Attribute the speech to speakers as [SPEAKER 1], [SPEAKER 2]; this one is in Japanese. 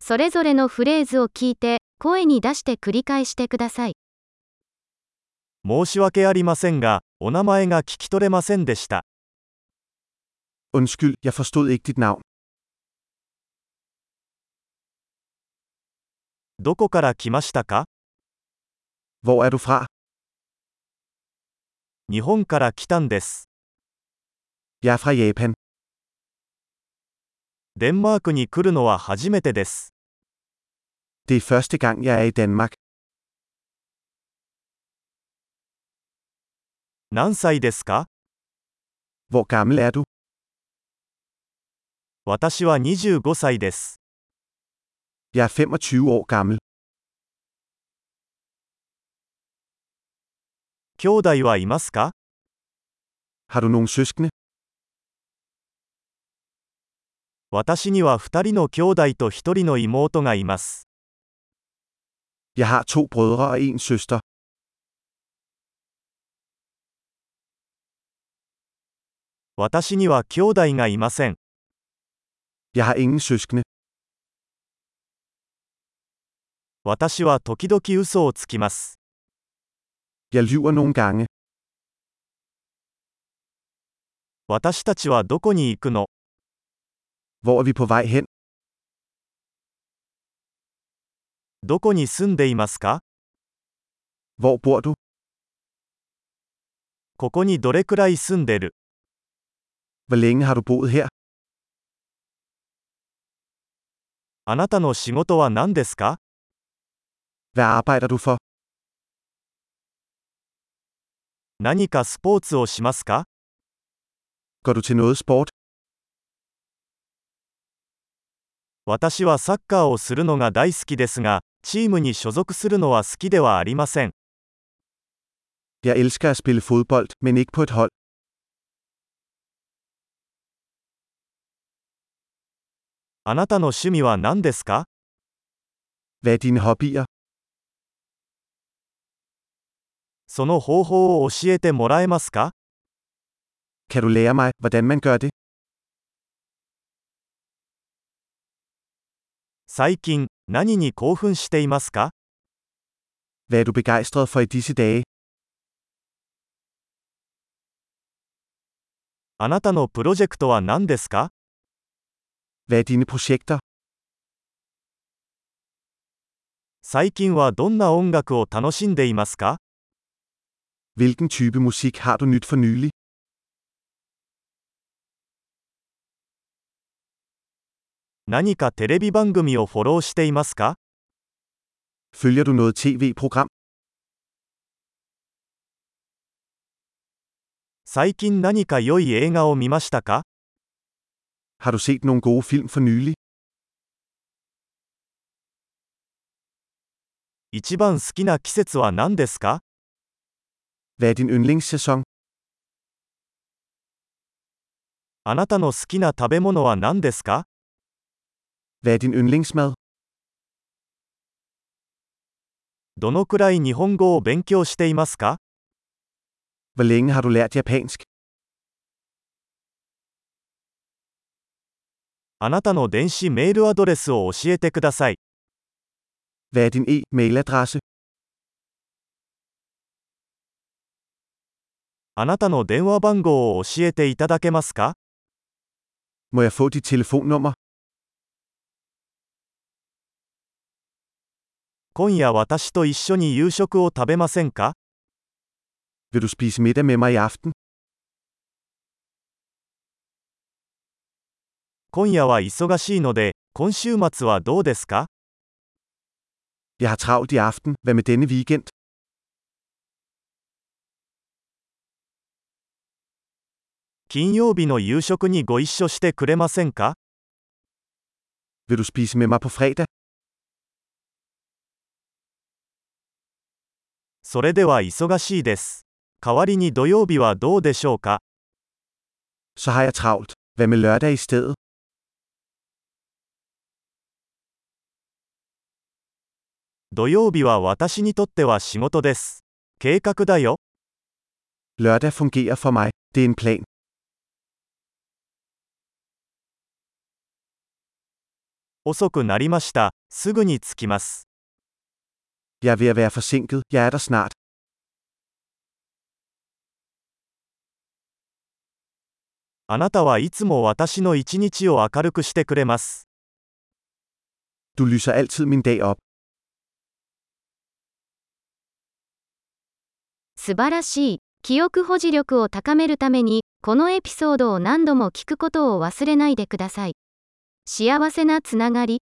[SPEAKER 1] それぞれのフレーズを聞いて、声に出して繰り返してください。
[SPEAKER 2] 申し訳ありませんが、お名前が聞き取れませんでした。
[SPEAKER 3] Undskyld, jeg forstod ikke dit navn.
[SPEAKER 2] どこから来ましたか
[SPEAKER 3] Hvor er du fra?
[SPEAKER 2] 日本から来たんです。
[SPEAKER 3] Jeg er fra Japan.
[SPEAKER 2] デンマークに来るのは初めてです。
[SPEAKER 3] Det er første gang, jeg er i Danmark.
[SPEAKER 2] 何歳ですか
[SPEAKER 3] Hvor gammel er du?
[SPEAKER 2] 私は25歳です。
[SPEAKER 3] Jeg er 25 år gammel.
[SPEAKER 2] 兄弟はいますか
[SPEAKER 3] Har du nogle søskende?
[SPEAKER 2] 私には2人の兄弟と1人の妹がいます。
[SPEAKER 3] Jeg har to brødre og en søster.
[SPEAKER 2] 私には兄弟がいません。
[SPEAKER 3] Jeg har ingen søskende.
[SPEAKER 2] 私は時々嘘をつきます。
[SPEAKER 3] Jeg lyver nogle gange.
[SPEAKER 2] 私たちはどこに行くの
[SPEAKER 3] Hvor er vi på vej hen?
[SPEAKER 2] どこに住んでいますか
[SPEAKER 3] Hvor bor du?
[SPEAKER 2] ここにどれくらい住んでる
[SPEAKER 3] Hvor længe har du boet her?
[SPEAKER 2] あなたの仕事は何ですか
[SPEAKER 3] Hvad arbejder du for?
[SPEAKER 2] 何かスポーツをしますか
[SPEAKER 3] Går du til noget sport?
[SPEAKER 2] 私はサッカーをするのが大好きですが、チームに所属するのは好きではありません。
[SPEAKER 3] Jeg elsker at spille fodbold, men ikke på et hold.
[SPEAKER 2] あなたの趣味は何ですか
[SPEAKER 3] Hvad er dine hobbyer?
[SPEAKER 2] その方法を教えてもらえますか
[SPEAKER 3] Kan du lære mig, hvordan man gør det?
[SPEAKER 2] 最近、何に興奮していますか
[SPEAKER 3] Hvad er du begejstret for i disse dage?
[SPEAKER 2] あなたのプロジェクトは何ですか
[SPEAKER 3] Hvad er dine projekter?
[SPEAKER 2] 最近はどんな音楽を楽しんでいますか
[SPEAKER 3] Hvilken type musik har du nyt for nylig?
[SPEAKER 2] 何かテレビ番組をフォローしていますか
[SPEAKER 3] Følger du noget tv-program?
[SPEAKER 2] 最近何か良い映画を見ましたか
[SPEAKER 3] Har du set nogle gode film for nylig?
[SPEAKER 2] 一番好きな季節は何ですか
[SPEAKER 3] Hvad er din yndlingssæson?
[SPEAKER 2] あなたの好きな食べ物は何ですか
[SPEAKER 3] Hvad er din yndlingsmad?
[SPEAKER 2] どのくらい日本語を勉強していますか
[SPEAKER 3] Hvor længe har du lært japansk?
[SPEAKER 2] あなたの電子メールアドレスを教えてください。
[SPEAKER 3] Hvad er din e-mailadresse?
[SPEAKER 2] あなたの電話番号を教えていただけますか
[SPEAKER 3] Må jeg få dit telefonnummer?
[SPEAKER 2] 今夜私と一緒に夕食を食べませんか
[SPEAKER 3] Vil du spise middag med mig i aften?
[SPEAKER 2] 今夜は忙しいので、今週末はどうですか
[SPEAKER 3] Jeg har travlt i aften. Hvad med denne weekend?
[SPEAKER 2] 金曜日の夕食にご一緒してくれませんか
[SPEAKER 3] Vil du spise med mig på fredag?
[SPEAKER 2] それでは忙しいです。代わりに土曜日はどうでしょうか
[SPEAKER 3] Så har jeg travlt. Hvad med lørdag i stedet?
[SPEAKER 2] 土曜日は私にとっては仕事です。計画だよ。
[SPEAKER 3] Lørdag fungerer for mig. Det er en plan.
[SPEAKER 2] オ遅くなりました。すぐに着きます。
[SPEAKER 3] Jeg er ved at være forsinket. Jeg er der snart.
[SPEAKER 2] あなたはいつも私の一日を明るくしてくれます。
[SPEAKER 3] Du lyser altid min dag op.
[SPEAKER 1] 素晴らしい。記憶保持力を高めるために、このエピソードを何度も聞くことを忘れないでください。幸せなつながり。